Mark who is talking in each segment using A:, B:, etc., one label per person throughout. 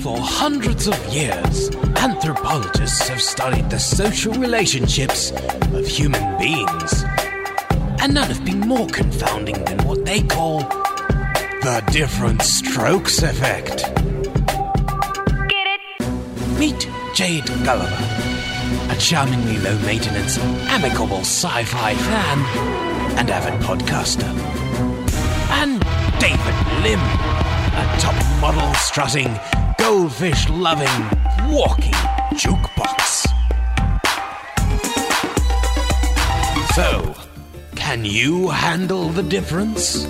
A: For hundreds of years, anthropologists have studied the social relationships of human beings. And none have been more confounding than what they call the different strokes effect.
B: Get it?
A: Meet Jade Gulliver, a charmingly low maintenance, amicable sci fi fan and avid podcaster. And David Lim, a top model strutting, goldfish loving, walking jukebox. So, can you handle the difference?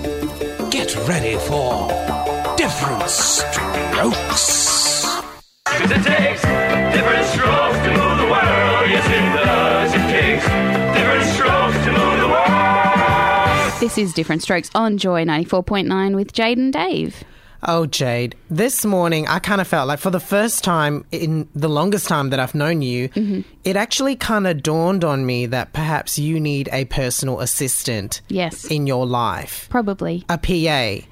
A: Get ready for different strokes.
C: Cause it takes different strokes to move the world. Yes, it does. It takes different strokes to move the world.
D: This is Different Strokes on Joy 94.9 with Jade and Dave.
E: Oh, Jade, this morning I kind of felt like for the first time in the longest time that I've known you,
D: Mm-hmm.
E: it actually kind of dawned on me that perhaps you need a personal assistant
D: Yes.
E: in your life.
D: Probably.
E: A PA.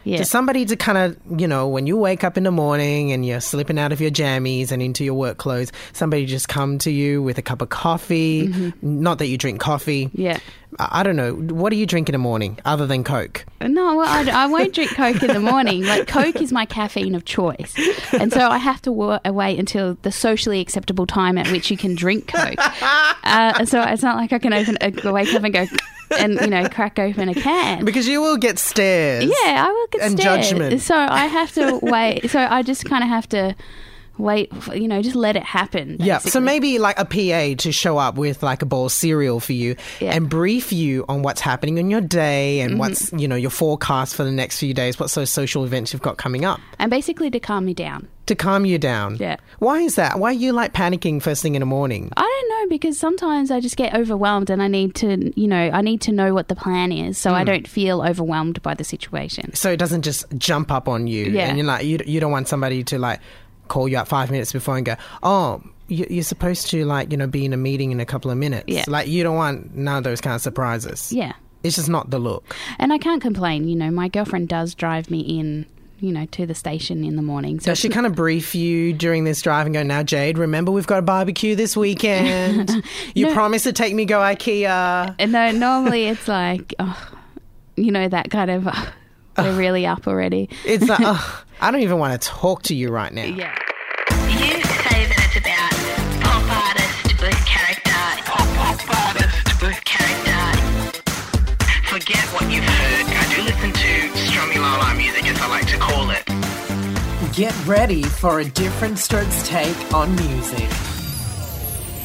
D: Yeah.
E: To somebody to kind of, you know, when you wake up in the morning and you're slipping out of your jammies and into your work clothes, somebody just come to you with a cup of coffee. Not that you drink coffee.
D: Mm-hmm. Yeah.
E: I I don't know. What do you drink in the morning other than Coke?
D: No, well, I, I won't drink Coke in the morning. Like, Coke is my caffeine of choice. And so I have to wa- wait until the socially acceptable time at which you can drink Coke. Uh, and so it's not like I can open a, wake up and go and, you know, crack open a can.
E: Because you will get stares.
D: Yeah, I will get
E: And
D: stared.
E: judgment.
D: So I have to wait. So I just kind of have to wait, for, you know, just let it happen.
E: Yeah, so
D: basically.
E: maybe like a PA to show up with like a bowl of cereal for you
D: Yeah. Mm-hmm.
E: and brief you on what's happening in your day and what's, you know, your forecast for the next few days, what sort of social events you've got coming up
D: And basically to calm me down.
E: to calm you down.
D: Yeah.
E: Why is that? Why are you like panicking first thing in the morning?
D: I don't know because sometimes I just get overwhelmed and I need to, you know, I need to know what the plan is so
E: Hmm.
D: I don't feel overwhelmed by the situation.
E: So it doesn't just jump up on you.
D: Yeah.
E: And you're like, you, you don't want somebody to like call you up five minutes before and go, oh, you- you're supposed to like, you know, be in a meeting in a couple of minutes.
D: Yeah.
E: Like you don't want none of those kind of surprises.
D: Yeah.
E: It's just not the look.
D: And I can't complain, you know, my girlfriend does drive me in, you know, to the station in the morning. So
E: Does she kind of brief you during this drive and go, now, Jade, remember we've got a barbecue this weekend? you promised to take me go IKEA.
D: and no, normally it's like, oh, you know, that kind of oh, we're really up already.
E: It's like, "Ugh, I don't even want to talk to you right now.
D: Yeah.
F: You say that it's about pop artist with character. Pop, pop artist with character.
G: Forget what you've heard. I do listen to Strumulala music, as I like to call it.
H: Get ready for a different strokes take on music.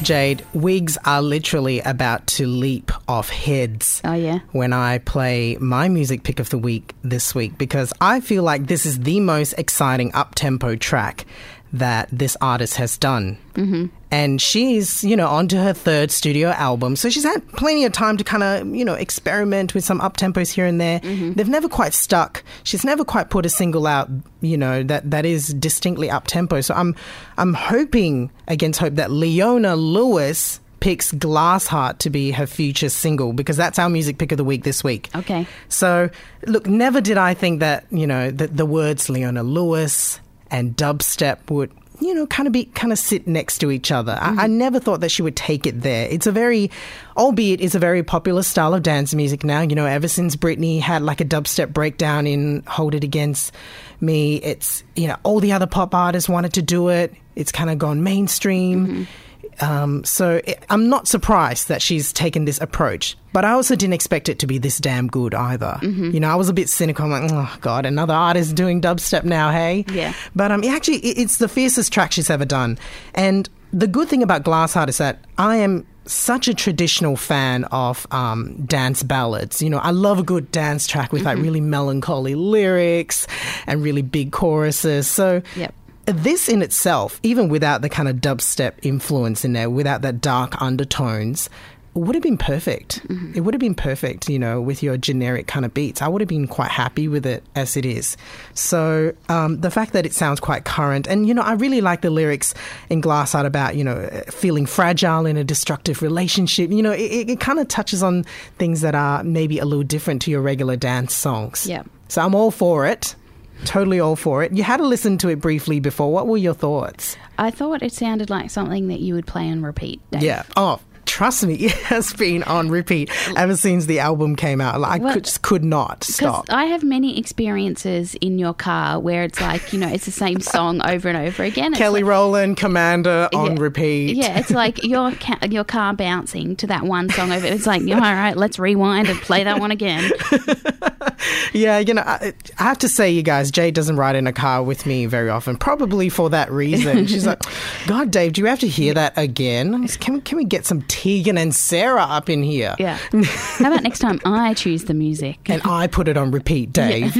E: Jade, wigs are literally about to leap off heads.
D: Oh, yeah.
E: When I play my music pick of the week this week, because I feel like this is the most exciting up tempo track that this artist has done. Mm-hmm. And she's, you know, onto her third studio album. So she's had plenty of time to kind of, you know, experiment with some up tempos here and there. They've never quite stuck. She's never quite put a single out, you know, that, that is distinctly up tempo. So I'm I'm hoping against hope that Leona Lewis picks Glassheart to be her future single because that's our music pick of the week this week.
D: Okay.
E: So, look, never did I think that, you know, that the words Leona Lewis and dubstep would, you know, kind of be kind of sit next to each other. I, I never thought that she would take it there. It's a very, albeit it's a very popular style of dance music now. You know, ever since Britney had like a dubstep breakdown in Hold It Against Me, it's, you know, all the other pop artists wanted to do it. It's kind of gone mainstream. Um, so it, I'm not surprised that she's taken this approach, but I also didn't expect it to be this damn good either.
D: Mm-hmm.
E: You know, I was a bit cynical. I'm like, oh god, another artist doing dubstep now, hey?
D: Yeah.
E: But um, actually, it, it's the fiercest track she's ever done. And the good thing about Glassheart is that I am such a traditional fan of um, dance ballads. You know, I love a good dance track with like
D: Mm-hmm.
E: really melancholy lyrics and really big choruses. So
D: Yep.
E: this in itself, even without the kind of dubstep influence in there, without that dark undertones, would have been perfect. It would have been perfect, you know, with your generic kind of beats. I would have been quite happy with it as it is. So um, the fact that it sounds quite current, and you know, I really like the lyrics in Glass Art about you know uh, feeling fragile in a destructive relationship. You know, it, it, it kind of touches on things that are maybe a little different to your regular dance songs.
D: Yeah.
E: So I'm all for it. Totally all for it. You had to listen to it briefly before. What were your thoughts?
D: I thought it sounded like something that you would play and repeat. Dave.
E: Yeah. Oh, trust me, it has been on repeat ever since the album came out. Like, I
D: Well,
E: could, just could not
D: Because
E: stop.
D: I have many experiences in your car where it's like, you know, it's the same song over and over again. It's
E: Kelly
D: like-
E: Rowland, Commander on
D: Yeah.
E: repeat.
D: Yeah, it's like your ca- your car bouncing to that one song over. It's like, yeah, all right, let's rewind and play that one again.
E: Yeah, you know, I, I have to say, you guys, Jade doesn't ride in a car with me very often, probably for that reason. She's like, God, Dave, do you have to hear that again? I'm like, Can we, can we get some Tegan and Sarah up in here?
D: Yeah. How about next time I choose the music?
E: and I put it on repeat, Dave.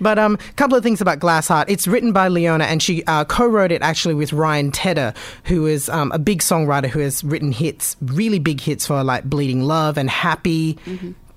E: but um, a couple of things about Glass Heart. It's written by Leona, and she uh, co-wrote it actually with Ryan Tedder, who is um, a big songwriter who has written hits, really big hits for like "Bleeding Love" and "Happy."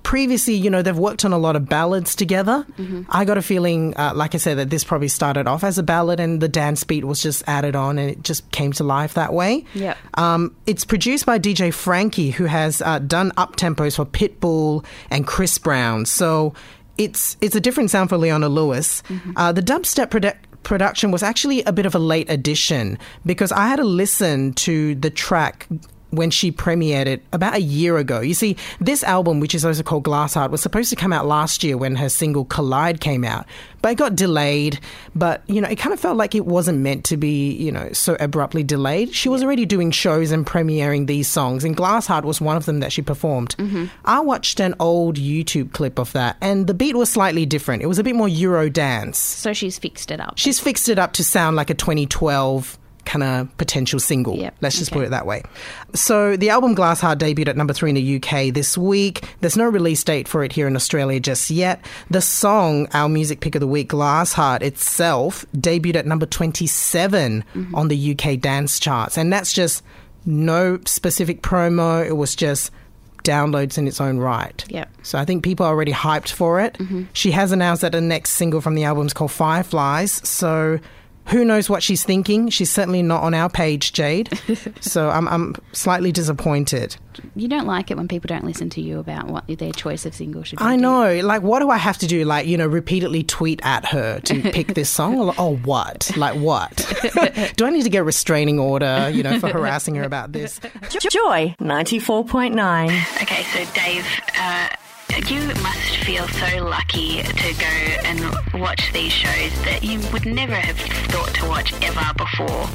E: Previously, you know, they've worked on a lot of ballads together. I got a feeling, uh, like I said, that this probably started off as a ballad and the dance beat was just added on and it just came to life that way.
D: Yep.
E: Um, it's produced by DJ Frankie, who has uh, done up tempos for Pitbull and Chris Brown. So it's it's a different sound for Leona Lewis. Uh, the dubstep produ- production was actually a bit of a late addition because I had to listen to the track. When she premiered it about a year ago. You see, this album, which is also called Glass Heart, was supposed to come out last year when her single Collide came out, but it got delayed. But, you know, it kind of felt like it wasn't meant to be, you know, so abruptly delayed. She was already doing shows and premiering these songs, and Glass Heart was one of them that she performed. I watched an old YouTube clip of that, and the beat was slightly different. It was a bit more Euro dance.
D: So she's fixed it up.
E: She's fixed it up to sound like a 2012 kind of potential single.
D: Yep,
E: Let's just
D: okay.
E: put it that way. So the album Glass Heart debuted at number three in the UK this week. There's no release date for it here in Australia just yet. The song, our music pick of the week, Glass Heart itself, debuted at number 27
D: Mm-hmm.
E: on the UK dance charts. And that's just no specific promo. It was just downloads in its own right.
D: Yep.
E: So I think people are already hyped for it. She has announced that the next single from the album is called Fireflies. So who knows what she's thinking? She's certainly not on our page, Jade. so I'm, I'm slightly disappointed.
D: You don't like it when people don't listen to you about what their choice of single should be.
E: I
D: do you?
E: know. Like, what do I have to do? Like, you know, repeatedly tweet at her to pick this song? Or, or what? Like, what? do I need to get a restraining order, you know, for harassing her about this?
I: Joy 94.9.
F: Okay, so Dave, uh, you must feel so lucky to go and watch these shows that you would never have thought to watch ever before.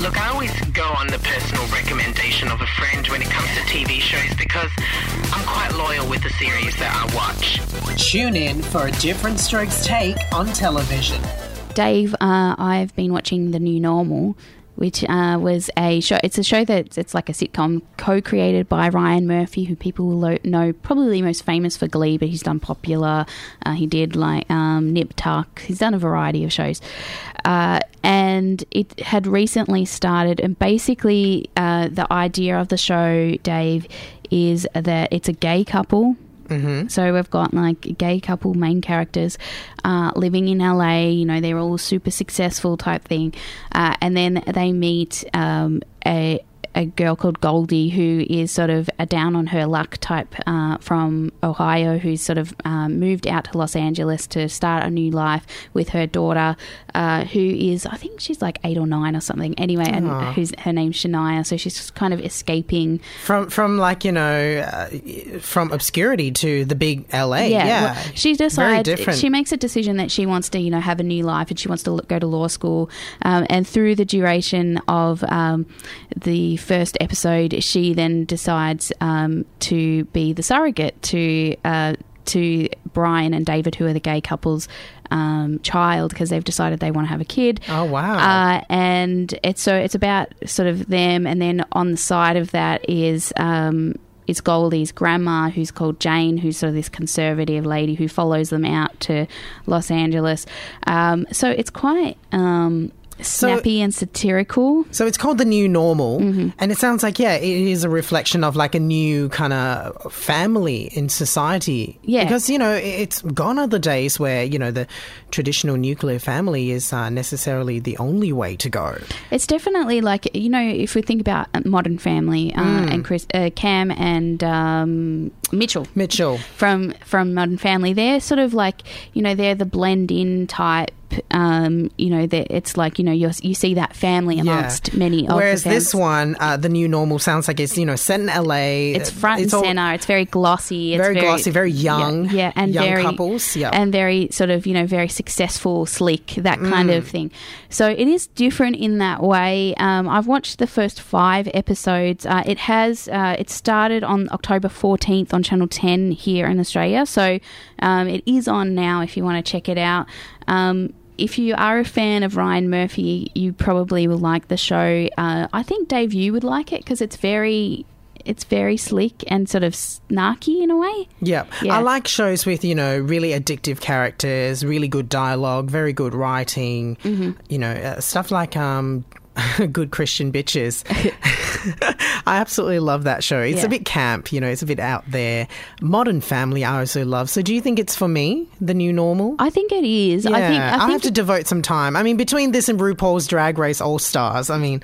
G: Look, I always go on the personal recommendation of a friend when it comes to TV shows because I'm quite loyal with the series that I watch.
H: Tune in for a different strokes take on television.
D: Dave, uh, I've been watching The New Normal, which uh, was a show. It's a show that it's like a sitcom co-created by Ryan Murphy, who people will lo- know probably most famous for Glee, but he's done Popular. Uh, he did like um, Nip Tuck. He's done a variety of shows, uh, and it had recently started. And basically, uh, the idea of the show, Dave, is that it's a gay couple. So we've got like a gay couple main characters uh, living in LA. You know, they're all super successful type thing, uh, and then they meet um, a a girl called Goldie who is sort of a down on her luck type uh, from Ohio who's sort of um, moved out to Los Angeles to start a new life with her daughter uh, who is I think she's like eight or nine or something anyway and who's her name's Shania so she's just kind of escaping
E: From, from like, you know, uh, from obscurity to the big LA.
D: well,
E: Yeah.
D: she
E: Very
D: decides
E: different.
D: she makes a decision that she wants to, you know, have a new life and she wants to look, go to law school. Um, and through the duration of um, the first episode, she then decides um, to be the surrogate to. Uh, to Brian and David, who are the gay couple's um, child, because they've decided they want to have a kid.
E: Oh, wow.
D: Uh, and it's so it's about sort of them, and then on the side of that is um, is Goldie's grandma, who's called Jane, who's sort of this conservative lady who follows them out to Los Angeles. Um, so it's quite. Um, snappy and satirical.
E: So it's called the new normal,
D: Mm-hmm.
E: and it sounds like yeah, it is a reflection of like a new kind of family in society.
D: Yeah.
E: because you know i- it's gone are the days where you know the traditional nuclear family is uh, necessarily the only way to go.
D: It's definitely like you know, if we think about Modern Family uh, and Chris, uh, Cam and um, Mitchell
E: Mitchell,
D: from from Modern Family, they're sort of like you know they're the blend in type. Um, you know, they're- it's like you know you you see that family amongst many. Of
E: Whereas
D: the
E: this
D: fam-
E: one, uh, the new normal, sounds like it's you know set in LA.
D: It's front and
E: all-
D: center. it's very glossy. It's
E: Very glossy, very young,
D: Yeah, yeah, and
E: young
D: very
E: couples, yeah.
D: and very sort of you know very successful, sleek, that kind
E: Mm.
D: of thing. So it is different in that way. Um, I've watched the first five episodes. Uh, it has uh, it started on October fourteenth on Channel Ten here in Australia. So um, it is on now if you want to check it out. Um, if you are a fan of Ryan Murphy, you probably will like the show. Uh, I think Dave, you would like it because it's very it's very sleek and sort of snarky in a way.
E: Yep.
D: Yeah.
E: I like shows with, you know, really addictive characters, really good dialogue, very good writing,
D: Mm-hmm.
E: you know, uh, stuff like um, Good Christian Bitches. I absolutely love that show. It's
D: Yeah.
E: a bit camp, you know, it's a bit out there. Modern Family, I also love. So do you think it's for me, the new normal?
D: I think it is. I think I
E: will
D: think
E: have to devote some time. I mean, between this and RuPaul's Drag Race All Stars, I mean,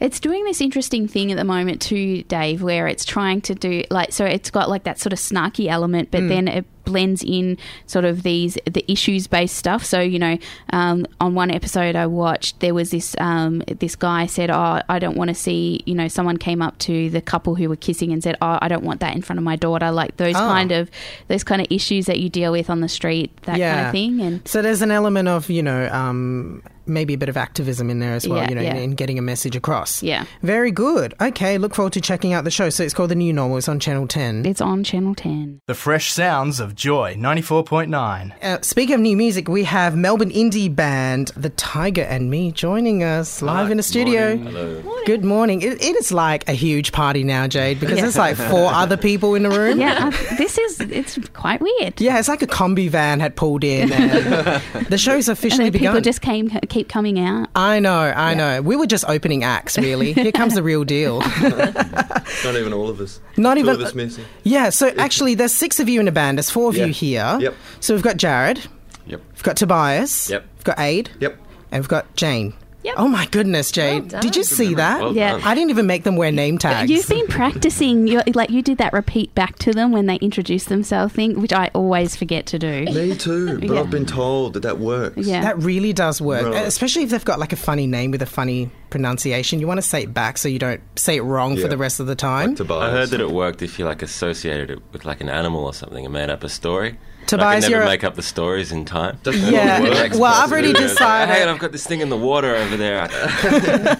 D: it's doing this interesting thing at the moment too, Dave, where it's trying to do like so it's got like that sort of snarky element, but then it blends in sort of these the issues based stuff. So you know, um, on one episode I watched, there was this um, this guy said, "Oh, I don't want to see." You know, someone came up to the couple who were kissing and said, "Oh, I don't want that in front of my daughter." Like those kind of those kind of issues that you deal with on the street, that kind of thing, and
E: so there's an element of you know um, maybe a bit of activism in there as well.
D: Yeah,
E: you know,
D: yeah.
E: in, in getting a message across.
D: Yeah.
E: very good. Okay, look forward to checking out the show. So it's called The New Normal. It's on Channel Ten.
D: it's on Channel Ten.
J: The fresh sounds of Joy 94.9.
E: uh, speaking of new music, we have Melbourne indie band The Tiger and Me joining us live in the studio. Hello. Good morning. It, it is like a huge party now, Jade, because it's like four other people in the room.
D: yeah, I- this is it's quite weird.
E: Yeah, it's like a combi van had pulled in. And the show's
D: And
E: officially
D: then people
E: begun.
D: just came keep coming out.
E: I know, I know. We were just opening acts, really. Here comes the real deal.
C: Not even all of us.
E: Not
C: Two
E: even-
C: of us missing.
E: yeah, so actually, there's six of you in a band. There's four of
C: Yeah.
E: you here.
C: Yep.
E: So we've got Jared.
C: Yep.
E: We've got Tobias.
C: Yep.
E: We've got Aid.
C: Yep.
E: And we've got Jane. Yep. Oh my goodness, Jade. Did you see that?
C: Well
D: Yeah. done.
E: Oh, I didn't even make them wear name tags.
D: You've been practicing. You're, like you did that repeat back to them when they introduce themselves thing, which I always forget to do.
C: Me too, but I've been told that that works.
D: Yeah.
E: that really does work,
C: Right.
E: especially if they've got like a funny name with a funny pronunciation. You want to say it back so you don't say it wrong for
C: Yeah.
E: the rest of the time.
C: Tobias.
J: I heard that it worked if you like associated it with like an animal or something and made up a story.
E: Tobias,
J: I can never
E: you're a-
J: make up the stories in time.
E: Yeah.
J: The next
E: Well, I've
J: person
E: already
J: who goes,
E: decided-
J: Hang on, I've got this thing in the water over there.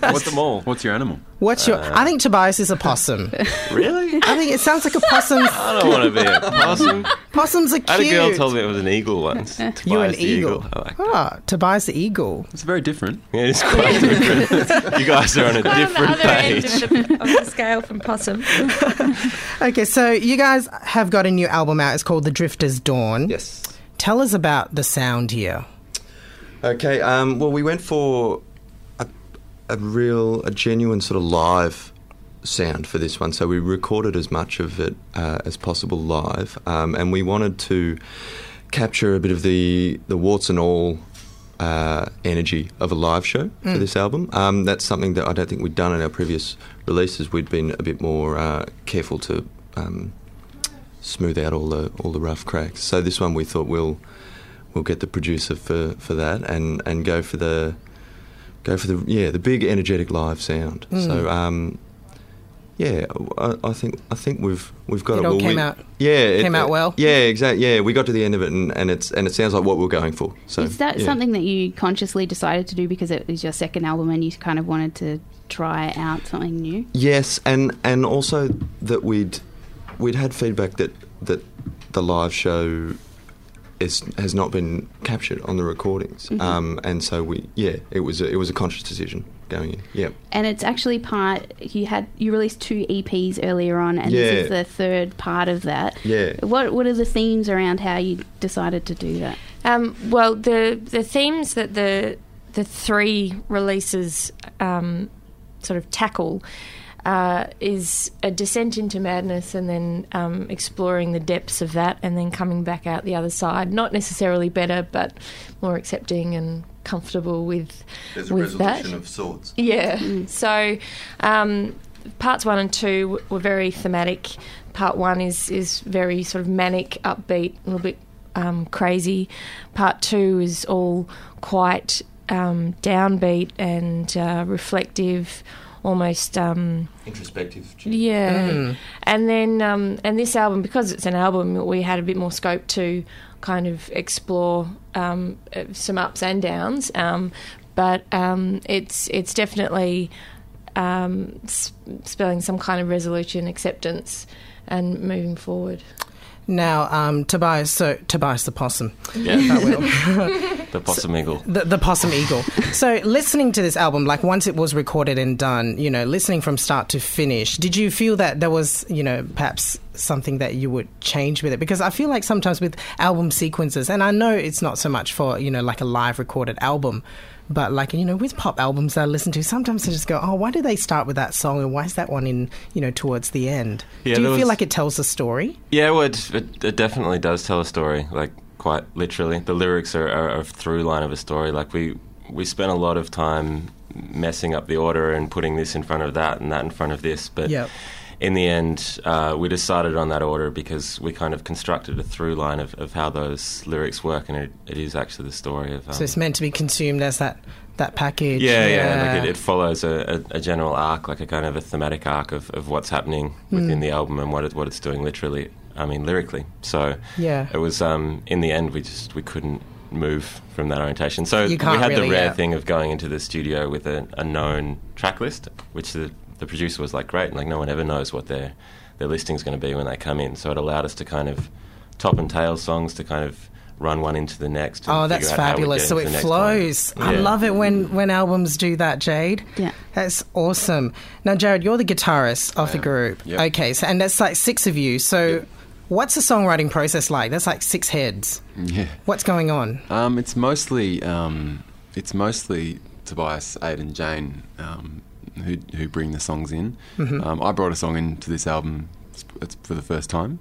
J: What's the mole? What's your animal?
E: What's your? I think Tobias is a possum.
J: Uh. Really?
E: I think it sounds like a possum.
J: I don't want to be a possum.
E: Possums are
J: I had a
E: cute.
J: girl told me it was an eagle once. Tobias
E: you an
J: the
E: eagle.
J: I like that.
E: Ah, Tobias the eagle.
J: It's very different. Yeah, it's quite different. you guys are on a different page.
F: scale from possum.
E: Okay, so you guys have got a new album out. It's called The Drifter's Dawn.
C: Yes.
E: Tell us about the sound here.
C: Okay. Um, well, we went for a, a real, a genuine sort of live sound for this one. So we recorded as much of it uh, as possible live, um, and we wanted to capture a bit of the the warts and all. Uh, energy of a live show for this album. Um, that's something that I don't think we'd done in our previous releases. We'd been a bit more uh, careful to um, smooth out all the all the rough cracks. So this one we thought we'll we'll get the producer for, for that and, and go for the go for the yeah the big energetic live sound. So um, yeah, I, I think I think we've we've got
E: It
C: it.
E: all
C: Well,
E: came
C: we-
E: out-
C: Yeah, it uh,
E: came out well?
C: Yeah, exactly. Yeah, we got to the end of it and, and it's and it sounds like what we we're going for. So
D: Is that
C: yeah.
D: something that you consciously decided to do because it was your second album and you kind of wanted to try out something new?
C: Yes, and and also that we'd we'd had feedback that that the live show is has not been captured on the recordings, um, and so we yeah it was a, it was a conscious decision going in. Yeah,
D: And it's actually part you had you released two EPs earlier on, and
C: Yeah.
D: this is the third part of that.
C: Yeah.
D: What What are the themes around how you decided to do that?
F: Um, well, the the themes that the
K: the three releases um, sort of tackle uh, is a descent into madness and then um, exploring the depths of that and then coming back out the other side. Not necessarily better, but more accepting and comfortable with,
C: There's a
K: with that.
C: resolution of sorts.
K: Yeah. So um, parts one and two were very thematic. Part one is, is very sort of manic, upbeat, a little bit um, crazy. Part two is all quite um, downbeat and uh, reflective, almost. Um,
C: Introspective.
K: yeah.
C: Mm.
K: And then, um, and this album, because it's an album, we had a bit more scope to kind of explore um, uh, some ups and downs. Um, but um, it's it's definitely um, s- spelling some kind of resolution, acceptance, and moving forward.
E: Now, um, Tobias, so Tobias the possum.
J: Yeah.
E: Oh, well.
J: the possum eagle.
E: The, the Possum Eagle. so, listening to this album, like once it was recorded and done, you know, listening from start to finish, did you feel that there was, you know, perhaps something that you would change with it? Because I feel like sometimes with album sequences, and I know it's not so much for, you know, like a live recorded album, but like, you know, with pop albums that I listen to, sometimes I just go, oh, why do they start with that song and why is that one in, you know, towards the end?
J: Yeah,
E: do you
J: there
E: feel
J: was-
E: like it tells a story?
J: Yeah, well, it, it, it definitely does tell a story, like quite literally. The lyrics are, are a through line of a story. Like we we spent a lot of time messing up the order and putting this in front of that and that in front of this, but
E: Yep.
J: in the end, uh, we decided on that order because we kind of constructed a through line of, of how those lyrics work, and it, it is actually the story of. Um,
E: so, it's meant to be consumed as that, that package.
J: yeah, yeah, Like it, it follows a, a, a general arc, like a kind of a thematic arc of, of what's happening within
E: Mm.
J: the album and what it, what it's doing literally. I mean, lyrically. So
E: Yeah.
J: it was. Um, in the end, we just we couldn't move from that orientation. So
E: You
J: we
E: can't
J: had
E: really, uh,
J: the rare
E: yeah.
J: thing of going into the studio with a, a known track list, which the the producer was like, great, like no one ever knows what their their listing's going to be when they come in. So it allowed us to kind of top and tail songs to kind of run one into the next. and
E: Oh,
J: figure
E: that's
J: out how we
E: fabulous!
J: get
E: So
J: into
E: it
J: the next
E: flows.
J: one.
E: I
J: Yeah.
E: love it when when albums do that, Jade.
D: Yeah,
E: that's awesome. Now, Jared, you're the guitarist of the group.
J: Yep.
E: Okay, so and that's like six of you. So, what's the songwriting process like? That's like six heads.
L: Yeah.
E: What's going on?
L: Um, it's mostly um, it's mostly Tobias, Aid, and Jane um, who who bring the songs in.
E: Mhm.
L: Um, I brought a song into this album sp- it's for the first time.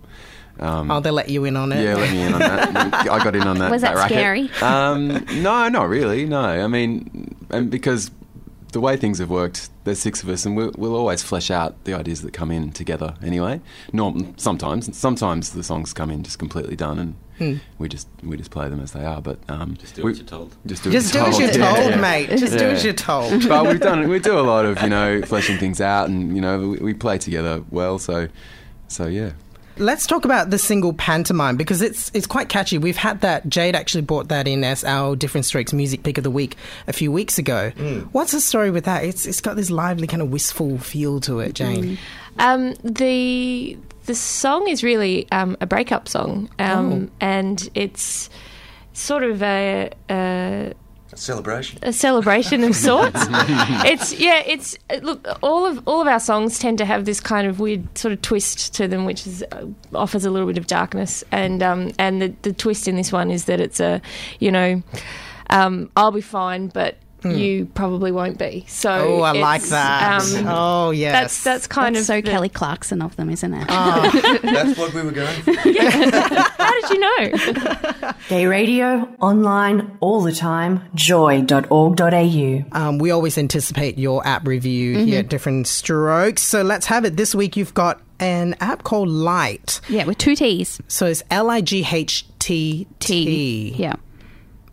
L: Um,
E: oh, they let you in on it.
L: yeah, let me in on that. I got in on that.
E: Was that
L: racket.
E: scary?
J: Ah,
L: Um, no, not really. No, I mean, and because the way things have worked, there's six of us, and we'll, we'll always flesh out the ideas that come in together. Anyway, Norm, sometimes, sometimes the songs come in just completely done, and
E: Hmm.
L: we just we just play them as they are. But um, just
J: do
L: we,
J: what you're told.
L: Just do,
E: Just do
L: what
E: as
L: you're
E: you're
L: told, Yeah,
E: told,
L: yeah.
E: mate. Just do
L: Yeah.
E: as you're told.
L: But we've done we do a lot of you know fleshing things out, and you know we, we play together well. So, so yeah.
E: Let's talk about the single pantomime because it's it's quite catchy. We've had that. Jade actually brought that in as our Different Strokes music pick of the week a few weeks ago.
K: Mm.
E: What's the story with that? It's it's got this lively kind of wistful feel to it, Jane.
K: Um, the the song is really um, a breakup song,
C: Oh.
K: um, and it's sort of a, a
C: Celebration.
K: a celebration of sorts. it's yeah, it's uh, look all of all of our songs tend to have this kind of weird sort of twist to them, which is, uh, offers a little bit of darkness. And um, and the the twist in this one is that it's a you know um, I'll be fine, but.
E: Mm.
K: You probably won't be. So
E: Oh, I like
K: it's, um,
E: that. Oh, yes.
K: that's that's kind
D: That's
K: of
D: so
K: the-
D: Kelly Clarkson of them, isn't it?
E: Ah.
C: That's what we were going for.
K: How did you know?
I: Gay radio, online, all the time, joy.org.au.
E: Um, we always anticipate your app review here
K: Mm-hmm.
E: at Different Strokes. So let's have it. This week you've got an app called Light.
D: Yeah, with two T's.
E: So it's L I G H T T.
D: Yeah.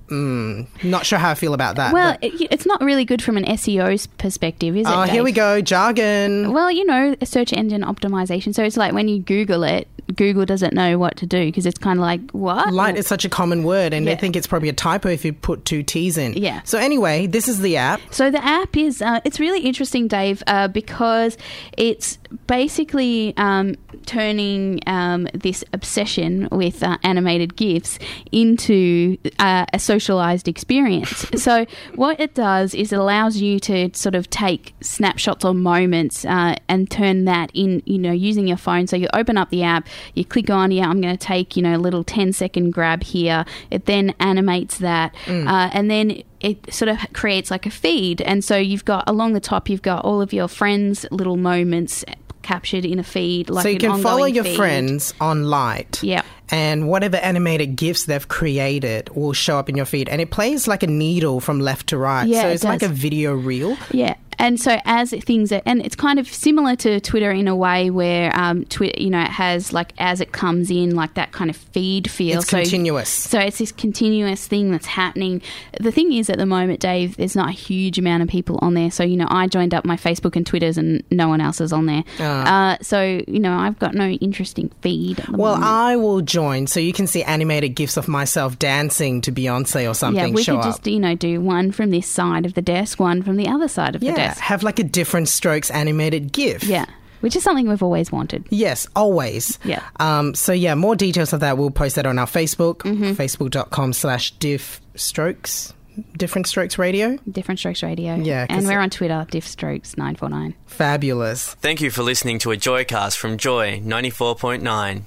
E: Mm, not sure how I feel about that.
D: Well,
E: but-
D: it, it's not really good from an SEO's perspective, is it?
E: oh, here
D: Dave?
E: we go, jargon.
D: Well, you know, search engine optimization. So it's like when you Google it, Google doesn't know what to do because it's kind of like, what?
E: Light is such a common word, and I
D: Yeah.
E: think it's probably a typo if you put two T's in.
D: Yeah.
E: So anyway, this is the app.
D: So the app is uh, it's really interesting, Dave, uh, because it's basically um, turning um, this obsession with uh, animated gifs into uh, a socialized experience. so what it does is it allows you to sort of take snapshots or moments uh, and turn that in, you know, using your phone. So you open up the app, you click on, yeah, I'm going to take, you know, a little 10 second grab here. It then animates that,
M: Mm.
D: uh, and then it sort of creates like a feed. And so you've got along the top, you've got all of your friends' little moments captured in a feed. Like
E: so you
D: an
E: can follow
D: ongoing
E: your
D: feed.
E: friends on Light.
D: Yeah.
E: And whatever animated GIFs they've created will show up in your feed. And it plays like a needle from left to right.
D: Yeah,
E: so
D: it
E: it's like a
D: does.
E: video reel.
D: Yeah. And so as things are, and it's kind of similar to Twitter in a way where um, Twitter, you know, it has like as it comes in, like that kind of feed feel.
E: It's continuous.
D: So it's this continuous thing that's happening. The thing is, at the moment, Dave, there's not a huge amount of people on there. So you know, I joined up my Facebook and Twitters, and no one else is on there.
E: Ah.
D: Uh, so you know, I've got no interesting feed. At the
E: Well,
D: moment.
E: I will join so you can see animated GIFs of myself dancing to Beyonce or something
D: yeah, we
E: show
D: could
E: up.
D: just you know do one from this side of the desk, one from the other side of
E: yeah,
D: the desk.
E: have like a different strokes animated GIF.
D: Yeah, which is something we've always wanted.
E: Yes, always.
D: Yeah.
E: Um, so yeah, more details of that. We'll post that on our Facebook,
D: Mm-hmm.
E: facebook.com slash diff strokes, different strokes radio.
D: Different Strokes Radio.
E: Yeah, 'cause
D: and we're on Twitter, Diff Strokes nine four nine.
E: Fabulous.
M: Thank you for listening to a Joycast from Joy 94.9.